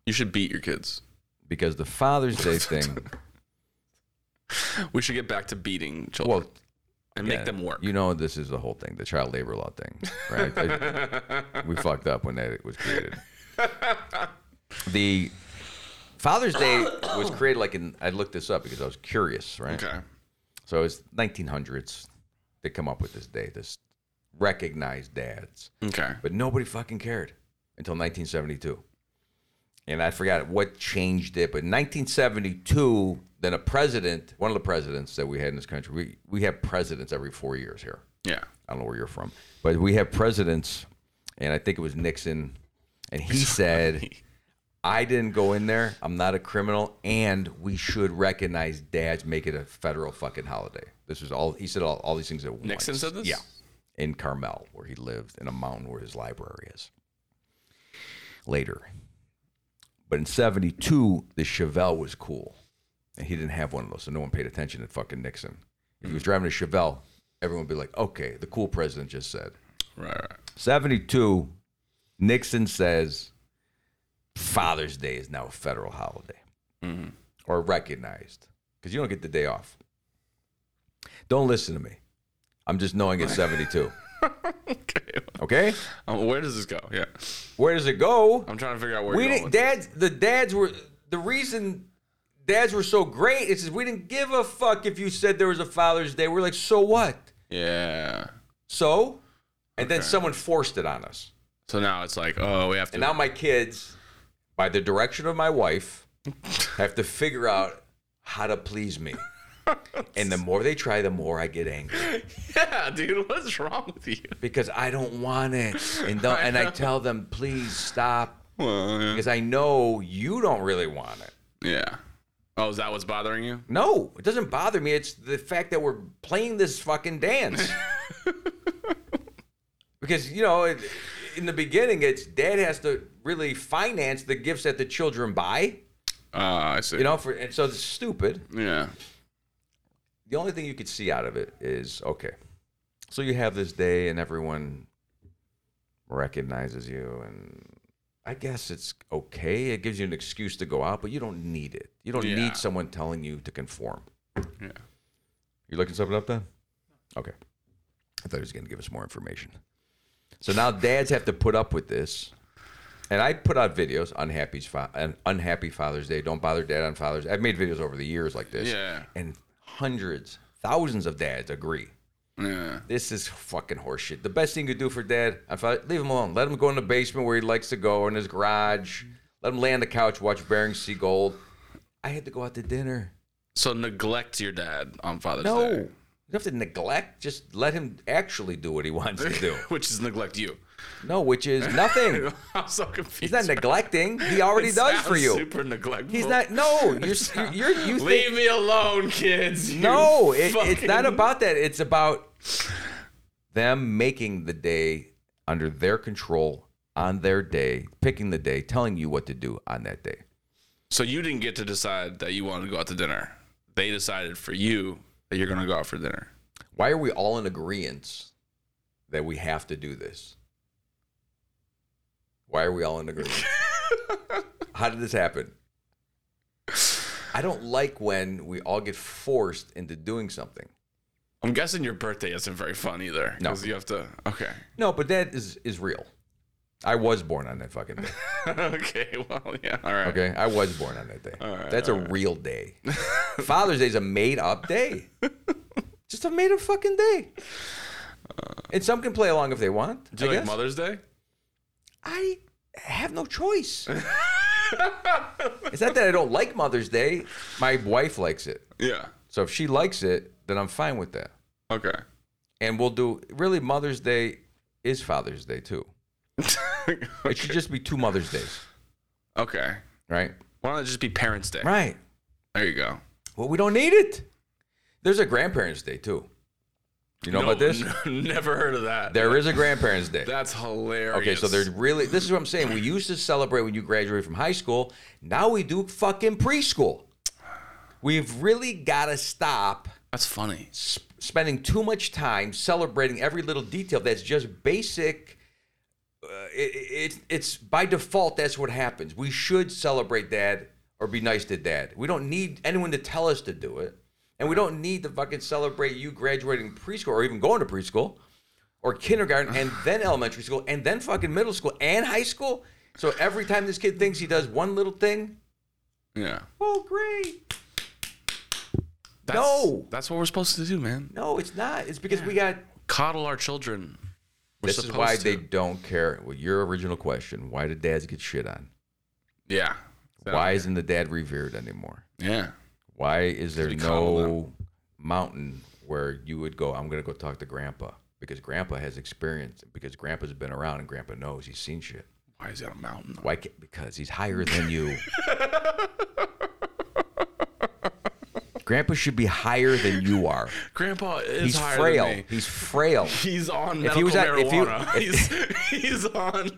Speaker 5: You should beat your kids.
Speaker 4: Because the Father's Day thing,
Speaker 5: We should get back to beating children
Speaker 4: well,
Speaker 5: and
Speaker 4: Yeah,
Speaker 5: make them work.
Speaker 4: You know, this is the whole thing, the child labor law thing, right? I- we fucked up when that was created. The Father's Day was created like in, I looked this up because I was curious, right?
Speaker 5: okay.
Speaker 4: So it's 1900s. They come up with this day, this recognized dads,
Speaker 5: Okay.
Speaker 4: but nobody fucking cared until 1972. And I forgot what changed it, but 1972, then a president, one of the presidents that we had in this country, we, we have presidents every four years here.
Speaker 5: Yeah.
Speaker 4: I don't know where you're from, but we have presidents, and I think it was Nixon, and he said, "I didn't go in there. I'm not a criminal, and we should recognize dads. Make it a federal fucking holiday." This was all he said. All, all these things at once.
Speaker 5: Nixon said this?
Speaker 4: Yeah, in Carmel, where he lived, in a mountain where his library is. Later, but in '72, the Chevelle was cool. and he didn't have one of those, so no one paid attention to fucking Nixon. If he was driving a Chevelle, everyone would be like, "Okay, the cool president just said."
Speaker 5: Right, right.
Speaker 4: 72, Nixon says Father's Day is now a federal holiday or recognized because you don't get the day off. Don't listen to me. I'm just knowing it's 72.
Speaker 5: Okay.
Speaker 4: Okay?
Speaker 5: Um, where does this go? Yeah.
Speaker 4: Where does it go?
Speaker 5: I'm trying to figure out where
Speaker 4: We
Speaker 5: you're
Speaker 4: didn't
Speaker 5: going
Speaker 4: dads the dads were the reason dads were so great is 'cause we didn't give a fuck if you said there was a Father's Day. We're like, so what?
Speaker 5: with- Yeah.
Speaker 4: So? And then
Speaker 5: Okay.
Speaker 4: someone forced it on us.
Speaker 5: So now it's like, oh, we have to.
Speaker 4: And now my kids, by the direction of my wife, have to figure out how to please me. And the more they try, the more I get angry
Speaker 5: yeah, dude, what's wrong with you?
Speaker 4: because I don't want it. And don't, and I tell them, please stop
Speaker 5: Well,
Speaker 4: because I know you don't really want it.
Speaker 5: yeah. Oh, is that what's bothering you?
Speaker 4: No, it doesn't bother me. It's the fact that we're playing this fucking dance. because, you know, it, in the beginning, it's dad has to really finance the gifts that the children buy,
Speaker 5: Oh, I see.
Speaker 4: you know, for, and so it's stupid.
Speaker 5: yeah.
Speaker 4: the only thing you could see out of it is okay. So you have this day and everyone recognizes you and I guess it's okay. It gives you an excuse to go out, but you don't need it. You don't
Speaker 5: Yeah.
Speaker 4: need someone telling you to conform.
Speaker 5: Yeah.
Speaker 4: You looking something up then? Okay. I thought he was going to give us more information. So now dads have to put up with this. And I put out videos, unhappy's fa- an unhappy Father's Day. Don't bother dad on Father's. I've made videos over the years like this
Speaker 5: Yeah.
Speaker 4: and hundreds, thousands of dads agree.
Speaker 5: Yeah.
Speaker 4: This is fucking horseshit. The best thing you could do for dad, if I leave him alone, let him go in the basement where he likes to go, or in his garage, let him lay on the couch, watch Bering Sea Gold. I had to go out to dinner.
Speaker 5: So neglect your dad on Father's
Speaker 4: No,
Speaker 5: Day.
Speaker 4: you don't have to neglect. Just let him actually do what he wants to do.
Speaker 5: Which is neglect you.
Speaker 4: No, which is nothing.
Speaker 5: I'm so confused.
Speaker 4: He's not neglecting. He already
Speaker 5: It
Speaker 4: does for
Speaker 5: sounds
Speaker 4: you.
Speaker 5: Super neglectful.
Speaker 4: He's not. No, you're you're, you're you
Speaker 5: Leave
Speaker 4: think,
Speaker 5: me alone, kids. you
Speaker 4: No, it, it's
Speaker 5: fucking-
Speaker 4: not about that. It's about them making the day under their control on their day, picking the day, telling you what to do on that day.
Speaker 5: So you didn't get to decide that you wanted to go out to dinner. They decided for you that you're going to go out for dinner.
Speaker 4: Why are we all in agreement that we have to do this? Why are we all in agreement? How did this happen? I don't like when we all get forced into doing something.
Speaker 5: I'm guessing your birthday isn't very fun either.
Speaker 4: No.
Speaker 5: 'cause you have to. Okay.
Speaker 4: No, but that is is real. I was born on that fucking day.
Speaker 5: okay. Well, yeah. All right.
Speaker 4: Okay, I was born on that day.
Speaker 5: right,
Speaker 4: That's a real day. Father's Day is a made up day. Just a made up fucking day. And some can play along if they want.
Speaker 5: Do you
Speaker 4: I
Speaker 5: like
Speaker 4: guess.
Speaker 5: Mother's Day?
Speaker 4: I have no choice. it's not that I don't like Mother's Day. My wife likes it.
Speaker 5: Yeah.
Speaker 4: So if she likes it, then I'm fine with that.
Speaker 5: Okay.
Speaker 4: And we'll do really Mother's Day is Father's Day too. It should just be two Mother's Days,
Speaker 5: okay.
Speaker 4: right?
Speaker 5: Why don't it just be Parents' Day?
Speaker 4: Right.
Speaker 5: There you go.
Speaker 4: Well, we don't need it. There's a grandparents' day too. You know
Speaker 5: No,
Speaker 4: about this?
Speaker 5: n- never heard of that.
Speaker 4: There is a grandparents' day.
Speaker 5: That's hilarious.
Speaker 4: Okay, so they're really. This is what I'm saying. We used to celebrate when you graduated from high school. Now we do fucking preschool. We've really got to stop
Speaker 5: That's funny.
Speaker 4: sp- spending too much time celebrating every little detail. That's just basic. Uh, it, it, it's by default. That's what happens. We should celebrate dad or be nice to dad. We don't need anyone to tell us to do it, and we don't need to fucking celebrate you graduating preschool or even going to preschool or kindergarten and then elementary school and then fucking middle school and high school. So every time this kid thinks he does one little thing,
Speaker 5: Yeah.
Speaker 4: oh great.
Speaker 5: That's,
Speaker 4: No.
Speaker 5: That's what we're supposed to do, man.
Speaker 4: No, it's not. It's because we got
Speaker 5: Coddle our children. We're
Speaker 4: this is
Speaker 5: supposed
Speaker 4: why
Speaker 5: to.
Speaker 4: they don't care. Well, your original question: Why do dads get shit on?
Speaker 5: Yeah.
Speaker 4: Why isn't the dad revered anymore?
Speaker 5: Yeah.
Speaker 4: Why is there
Speaker 5: we coddle
Speaker 4: no mountain where you would go? I'm gonna go talk to grandpa because grandpa has experience. Because grandpa's been around and grandpa knows he's seen shit.
Speaker 5: Why is he on a mountain?
Speaker 4: Why? ca because he's higher than you. grandpa should be higher than you are.
Speaker 5: Grandpa is
Speaker 4: He's
Speaker 5: higher Than
Speaker 4: frail.
Speaker 5: me.
Speaker 4: He's frail.
Speaker 5: He's on
Speaker 4: If
Speaker 5: medical
Speaker 4: he was at- if he-
Speaker 5: marijuana. he's, he's on.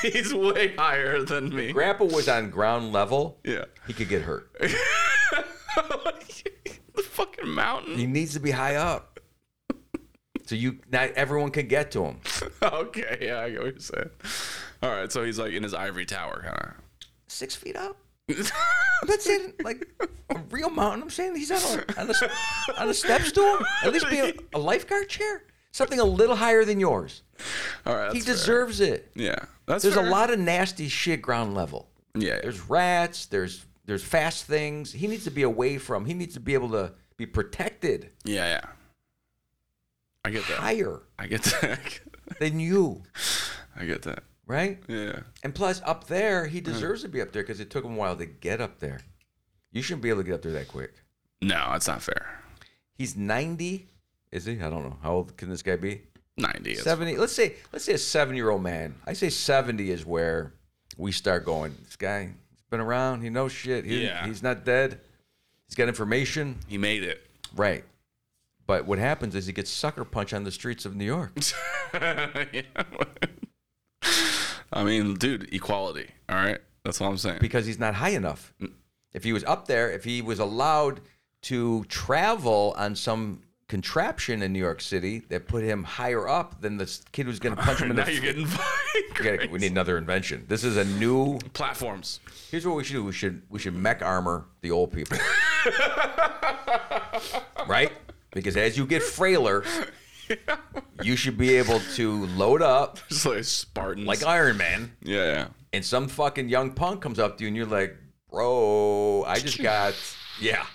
Speaker 5: He's way higher than me.
Speaker 4: Grandpa was on ground level.
Speaker 5: Yeah.
Speaker 4: He could get hurt.
Speaker 5: the fucking mountain.
Speaker 4: He needs to be high up. So you not everyone can get to him.
Speaker 5: Okay, yeah, I get what you're saying. All right, so he's like in his ivory tower, kind of.
Speaker 4: Six feet up. I'm not saying like a real mountain. I'm saying he's on a, on a, on a steps to him. At least be a, a lifeguard chair. Something a little higher than yours.
Speaker 5: All right,
Speaker 4: he
Speaker 5: that's fair.
Speaker 4: deserves it.
Speaker 5: Yeah, that's
Speaker 4: There's
Speaker 5: fair.
Speaker 4: a lot of nasty shit ground level.
Speaker 5: Yeah, yeah.
Speaker 4: There's rats. There's there's fast things. He needs to be away from. He needs to be able to be protected
Speaker 5: yeah, yeah. I get that.
Speaker 4: higher
Speaker 5: I get that.
Speaker 4: than you,
Speaker 5: I get that.
Speaker 4: right?
Speaker 5: Yeah.
Speaker 4: And plus, up there,
Speaker 5: Mm.
Speaker 4: he deserves to be up there because it took him a while to get up there. You shouldn't be able to get up there that quick.
Speaker 5: No, that's not fair.
Speaker 4: He's 90, is he? I don't know. How old can this guy be?
Speaker 5: Ninety. Is,
Speaker 4: 70. Let's say let's say a 7-year-old man. I say 70 is where we start going. This guy has been around, he knows shit. He,
Speaker 5: Yeah.
Speaker 4: he's not dead. He's got information.
Speaker 5: he made it.
Speaker 4: Right. But what happens is he gets sucker punch on the streets of New York.
Speaker 5: Yeah. I mean, dude, equality. All right, that's all I'm saying.
Speaker 4: because he's not high enough. If he was up there, if he was allowed to travel on some contraption in New York City that put him higher up than this kid who's going to punch him in the
Speaker 5: now you're getting
Speaker 4: Okay,
Speaker 5: fucking
Speaker 4: we need another invention. This is a new.
Speaker 5: platforms.
Speaker 4: Here's what we should do. We should we should mech armor the old people, right? Because as you get frailer, you should be able to load up
Speaker 5: It's like Spartans.
Speaker 4: like Iron Man.
Speaker 5: yeah, yeah.
Speaker 4: and some fucking young punk comes up to you and you're like, bro, I just got, yeah.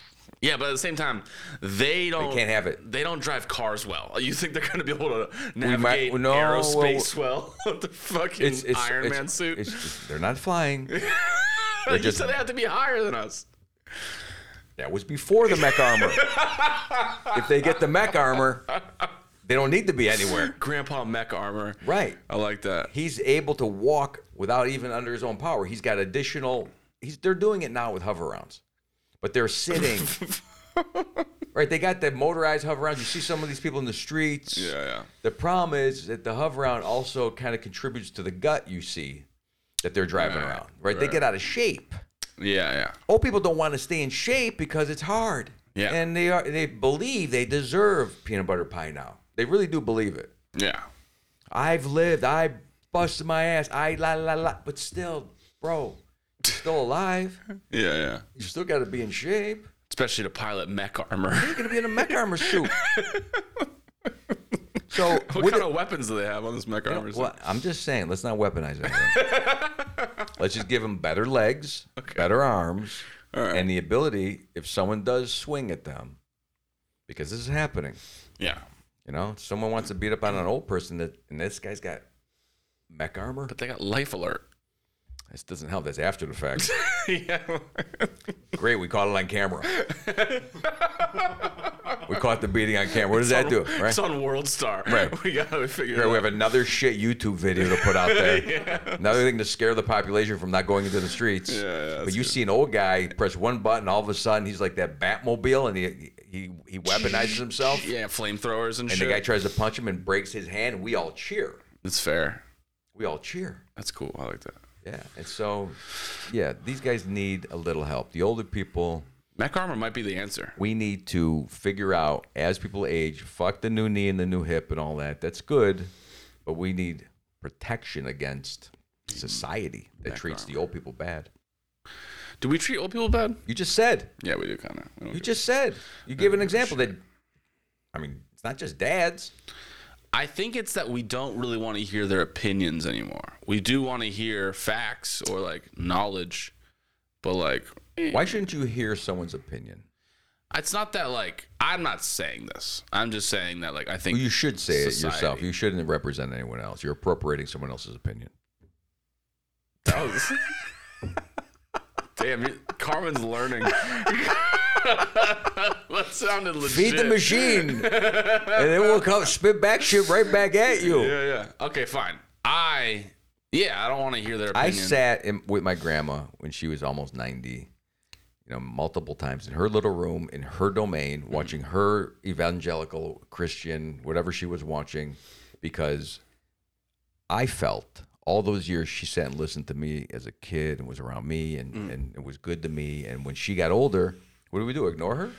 Speaker 5: Yeah, but at the same time, they don't.
Speaker 4: can't have it.
Speaker 5: They don't drive cars well. You think they're going to be able to
Speaker 4: might-
Speaker 5: navigate
Speaker 4: no,
Speaker 5: aerospace well with the fucking
Speaker 4: It's, it's
Speaker 5: Iron
Speaker 4: it's-
Speaker 5: Man suit?
Speaker 4: It's just, they're not flying.
Speaker 5: you
Speaker 4: just-
Speaker 5: said they have to be higher than us.
Speaker 4: That was before the mech armor. if they get the mech armor, they don't need to be anywhere.
Speaker 5: Grandpa mech armor.
Speaker 4: Right.
Speaker 5: I like that.
Speaker 4: He's able to walk without even under his own power. He's got additional. He's they're doing it now with hover rounds, but they're sitting. right, they got the motorized hover rounds. You see some of these people in the streets.
Speaker 5: Yeah, yeah.
Speaker 4: The problem is that the hover round also kind of contributes to the gut you see that they're driving
Speaker 5: Right,
Speaker 4: around. Right? They get out of shape.
Speaker 5: Yeah, yeah.
Speaker 4: Old people don't want to stay in shape because it's hard.
Speaker 5: Yeah.
Speaker 4: And they are they believe they deserve peanut butter pie now. They really do believe it.
Speaker 5: Yeah.
Speaker 4: I've lived, I busted my ass, I la la la but still, bro, you're still alive.
Speaker 5: Yeah, yeah.
Speaker 4: You still gotta be in shape.
Speaker 5: Especially to pilot mech armor.
Speaker 4: You're gonna be in a mech armor suit. So
Speaker 5: what
Speaker 4: with
Speaker 5: kind
Speaker 4: it-
Speaker 5: of weapons do they have on this mech armor? suit?
Speaker 4: Well, I'm just saying, let's not weaponize everything. let's just give them better legs, better arms,
Speaker 5: right.
Speaker 4: and the ability if someone does swing at them, because this is happening.
Speaker 5: Yeah.
Speaker 4: You know, someone wants to beat up on an old person that, and this guy's got mech armor.
Speaker 5: But they got life alert.
Speaker 4: This doesn't help. That's after the fact.
Speaker 5: yeah.
Speaker 4: Great, we caught it on camera. we caught the beating on camera. What does that do? Right.
Speaker 5: It's on World Star.
Speaker 4: Right.
Speaker 5: We got to figure
Speaker 4: Here
Speaker 5: it
Speaker 4: we
Speaker 5: out.
Speaker 4: have another shit YouTube video to put out there. Another thing to scare the population from not going into the streets. but you see an old guy press one button, all of a sudden he's like that Batmobile, and he he he weaponizes himself.
Speaker 5: Yeah, flamethrowers and,
Speaker 4: And
Speaker 5: shit.
Speaker 4: the guy tries to punch him and breaks his hand. and We all cheer.
Speaker 5: That's fair.
Speaker 4: We all cheer.
Speaker 5: That's cool. I like that.
Speaker 4: Yeah. And so, yeah, these guys need a little help. The older people,
Speaker 5: Mech armor might be the answer.
Speaker 4: we need to figure out as people age. Fuck the new knee and the new hip and all that. That's good, but we need protection against society that treats the old people bad.
Speaker 5: Do we treat old people bad?
Speaker 4: You just said.
Speaker 5: Yeah, we do kind of.
Speaker 4: You just said. You gave an example that. I mean, it's not just dads.
Speaker 5: I think it's that we don't really want to hear their opinions anymore. We do want to hear facts or like knowledge, but like
Speaker 4: Why shouldn't you hear someone's opinion?
Speaker 5: it's not that like I'm not saying this. I'm just saying that like I think
Speaker 4: You should say it yourself.
Speaker 5: Society.
Speaker 4: You shouldn't represent anyone else. You're appropriating someone else's opinion.
Speaker 5: That was- Oh. Damn, you, Carmen's learning. that sounded legit.
Speaker 4: Feed the machine, and it will come spit back shit right back at you.
Speaker 5: Yeah, yeah. Okay, fine. I yeah, I don't want to hear their
Speaker 4: I
Speaker 5: opinion.
Speaker 4: sat in, with my grandma when she was almost 90, you know, multiple times in her little room, in her domain, watching her evangelical, Christian, whatever she was watching, because I felt all those years she sat and listened to me as a kid and was around me and, and it was good to me. And when she got older, What do we do? Ignore her?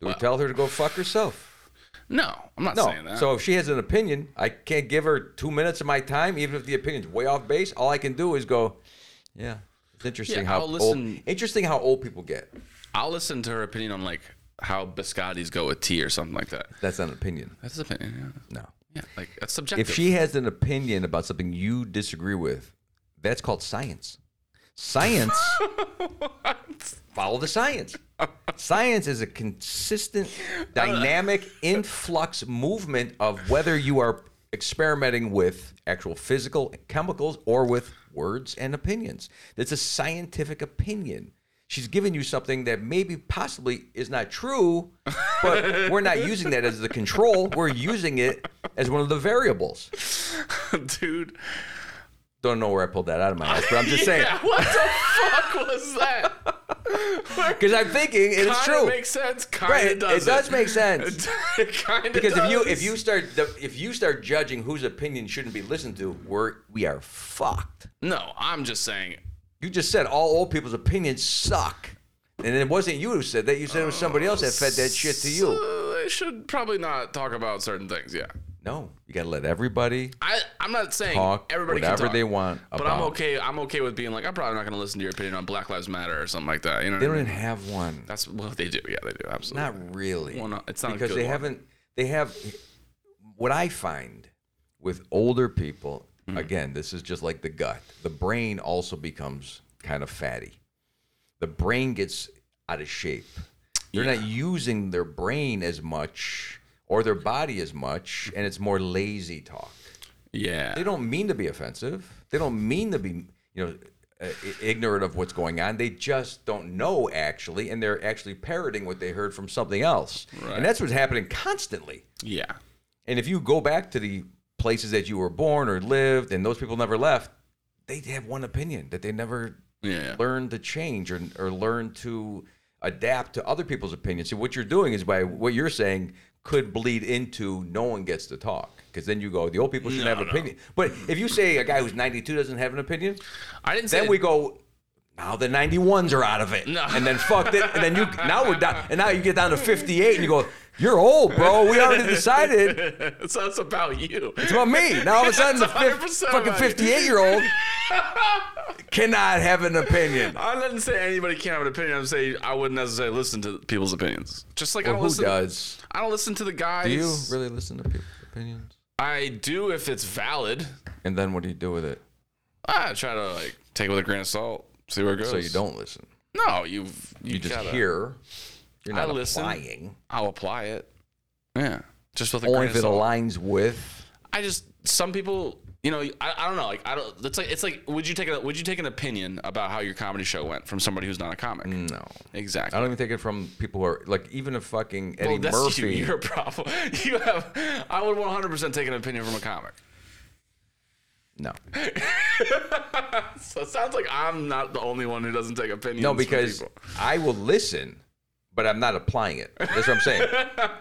Speaker 4: Do we tell her to go fuck herself?
Speaker 5: No, I'm not
Speaker 4: No.
Speaker 5: saying that.
Speaker 4: So if she has an opinion, I can't give her two minutes of my time, even if the opinion's way off base. All I can do is go, yeah. It's interesting how
Speaker 5: I'll
Speaker 4: old,
Speaker 5: listen-
Speaker 4: interesting how old people get.
Speaker 5: I'll listen to her opinion on like how biscottis go with tea or something like that.
Speaker 4: That's not an opinion.
Speaker 5: That's his opinion. Yeah,
Speaker 4: No.
Speaker 5: yeah like that's subjective.
Speaker 4: If she has an opinion about something you disagree with, that's called science. Science. follow the science. Science is a consistent, dynamic influx movement of whether you are experimenting with actual physical chemicals or with words and opinions. That's a scientific opinion. She's giving you something that maybe possibly is not true, but we're not using that as the control. We're using it as one of the variables.
Speaker 5: dude.
Speaker 4: Don't know where I pulled that out of my ass, but I'm just saying
Speaker 5: Yeah, what the fuck was that?
Speaker 4: because I'm thinking and it's
Speaker 5: Kinda
Speaker 4: true.
Speaker 5: Makes sense. Kind
Speaker 4: Right,
Speaker 5: of
Speaker 4: it,
Speaker 5: does.
Speaker 4: it does make sense.
Speaker 5: It kinda
Speaker 4: Because if you
Speaker 5: does.
Speaker 4: if you start the, if you start judging whose opinion shouldn't be listened to, we're we are fucked.
Speaker 5: no, I'm just saying.
Speaker 4: You just said all old people's opinions suck, and it wasn't you who said that. You said it was somebody else that fed that shit to you.
Speaker 5: uh, I should probably not talk about certain things. Yeah,
Speaker 4: No, you gotta let everybody
Speaker 5: I I'm not saying
Speaker 4: talk
Speaker 5: everybody
Speaker 4: whatever
Speaker 5: can talk,
Speaker 4: they want.
Speaker 5: But
Speaker 4: about.
Speaker 5: I'm okay. I'm okay with being like I'm probably not going to listen to your opinion on Black Lives Matter or something like that. You know, what
Speaker 4: They
Speaker 5: I
Speaker 4: don't
Speaker 5: mean?
Speaker 4: even have one.
Speaker 5: that's well they do. Yeah, they do. Absolutely.
Speaker 4: Not really.
Speaker 5: Well, no, it's not a
Speaker 4: because
Speaker 5: good
Speaker 4: they
Speaker 5: one.
Speaker 4: haven't. They have. What I find with older people,
Speaker 5: Hmm.
Speaker 4: again, this is just like the gut. The brain also becomes kind of fatty. The brain gets out of shape. They're not using their brain as much or their body as much, and it's more lazy talk.
Speaker 5: yeah.
Speaker 4: They don't mean to be offensive. They don't mean to be, you know, uh, i- ignorant of what's going on. They just don't know actually, and they're actually parroting what they heard from something else.
Speaker 5: Right.
Speaker 4: And that's what's happening constantly.
Speaker 5: yeah.
Speaker 4: And if you go back to the places that you were born or lived, and those people never left, they have one opinion that they never
Speaker 5: Yeah.
Speaker 4: learn to change or, or learn to adapt to other people's opinions. So what you're doing is by what you're saying could bleed into no one gets to talk because then you go the old people should not have opinion. But if you say a guy who's 92 doesn't have an opinion,
Speaker 5: I didn't say
Speaker 4: then we go now the 91s are out of it
Speaker 5: No.
Speaker 4: and then fucked it and then you now we're down and now you get down to 58 and you go you're old bro we already decided
Speaker 5: so it's about you.
Speaker 4: it's about me now all of a sudden the fif-
Speaker 5: 100%
Speaker 4: fucking
Speaker 5: about you.
Speaker 4: 58 year old cannot have an opinion
Speaker 5: I didn't say anybody can't have an opinion. I'm saying I wouldn't necessarily listen to people's opinions. Just like I
Speaker 4: Well,
Speaker 5: don't
Speaker 4: who
Speaker 5: listen.
Speaker 4: does
Speaker 5: I don't listen to the guys.
Speaker 4: Do you really listen to people's opinions?
Speaker 5: I do if it's valid.
Speaker 4: And then what do you do with it?
Speaker 5: I try to like take it with a grain of salt, see where it goes.
Speaker 4: So you don't listen.
Speaker 5: No, you've you,
Speaker 4: You, just
Speaker 5: gotta-
Speaker 4: hear. You're
Speaker 5: I
Speaker 4: not
Speaker 5: listen.
Speaker 4: applying.
Speaker 5: I'll apply it. Yeah, just with a
Speaker 4: Only
Speaker 5: grain
Speaker 4: if
Speaker 5: of
Speaker 4: it
Speaker 5: salt.
Speaker 4: aligns with.
Speaker 5: I just some people, you know, I, I don't know. Like I don't. It's like it's like would you take a would you take an opinion about how your comedy show went from somebody who's not a comic?
Speaker 4: No, Mm. I
Speaker 5: Exactly.
Speaker 4: don't even take it from people who are like even a fucking Eddie
Speaker 5: Well, that's
Speaker 4: Murphy.
Speaker 5: you, your problem. You have. I would 100% take an opinion from a comic.
Speaker 4: No,
Speaker 5: So it sounds like I'm not the only one who doesn't take opinions.
Speaker 4: no,
Speaker 5: from
Speaker 4: because
Speaker 5: people.
Speaker 4: I will listen, but I'm not applying it. That's what I'm saying.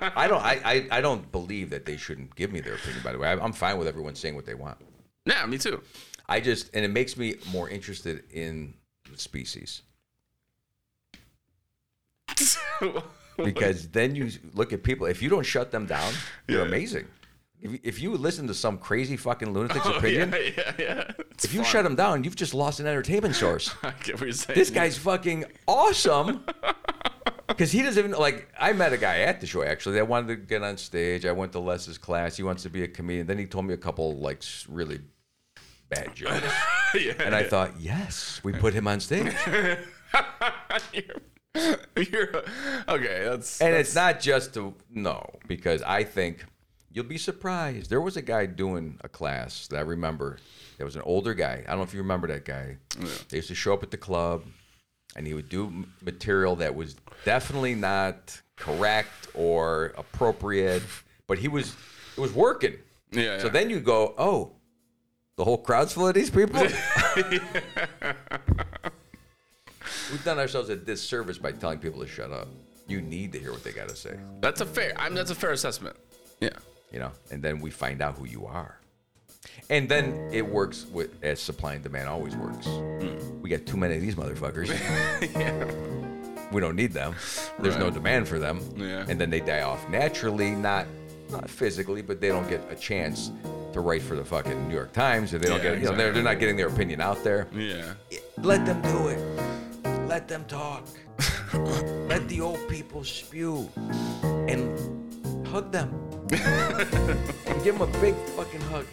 Speaker 4: I don't. I, I. I don't believe that they shouldn't give me their opinion. By the way, I, I'm fine with everyone saying what they want.
Speaker 5: yeah, me too.
Speaker 4: I just and it makes me more interested in the species. because then you look at people. If you don't shut them down, you're amazing. If you, if you listen to some crazy fucking lunatic's opinion,
Speaker 5: Oh, Yeah, yeah, yeah. It's
Speaker 4: if you
Speaker 5: fun.
Speaker 4: shut them down, you've just lost an entertainment source.
Speaker 5: I get what you're saying.
Speaker 4: this guy's fucking awesome. Because he doesn't even like. I met a guy at the show actually that wanted to get on stage. I went to Les's class. He wants to be a comedian. Then he told me a couple like s- really bad jokes,
Speaker 5: yeah.
Speaker 4: and I thought, yes, we put him on stage.
Speaker 5: you're, you're- okay. That's
Speaker 4: And it's not just to no, because I think you'll be surprised. There was a guy doing a class that I remember. There was an older guy. I don't know if you remember that guy. They used to show up at the club, and he would do m- material that was definitely not correct or appropriate. But he was it was working.
Speaker 5: Yeah,
Speaker 4: So
Speaker 5: yeah.
Speaker 4: then you go, oh, the whole crowd's full of these people. We've done ourselves a disservice by telling people to shut up. You need to hear what they got to say,
Speaker 5: that's a fair. I mean, that's a fair assessment. Yeah.
Speaker 4: you know, and then we find out who you are. And then it works with
Speaker 5: Hmm.
Speaker 4: as supply and demand always works. We got too many of these motherfuckers. we don't need them. There's no
Speaker 5: Right.
Speaker 4: demand for them.
Speaker 5: Yeah.
Speaker 4: And then they die off naturally, not not physically, but they don't get a chance to write for the fucking New York Times or they don't
Speaker 5: Yeah,
Speaker 4: get you know, they're, they're not getting their opinion out there.
Speaker 5: Yeah.
Speaker 4: Let them do it. Let them talk. Let the old people spew and hug them. and give them a big fucking hug.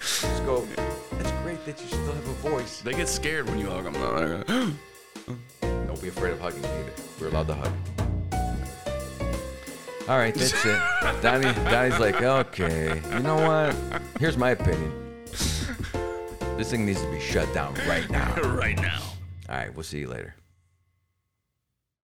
Speaker 4: Just go, that's great that you still have a voice.
Speaker 5: They get scared when you hug them though. They're like,
Speaker 4: Don't be afraid of hugging either. We're allowed to hug. All right, that's it. Donnie, Donnie's like, okay, you know what? Here's my opinion. This thing needs to be shut down right now.
Speaker 5: right now.
Speaker 4: All right, we'll see you later.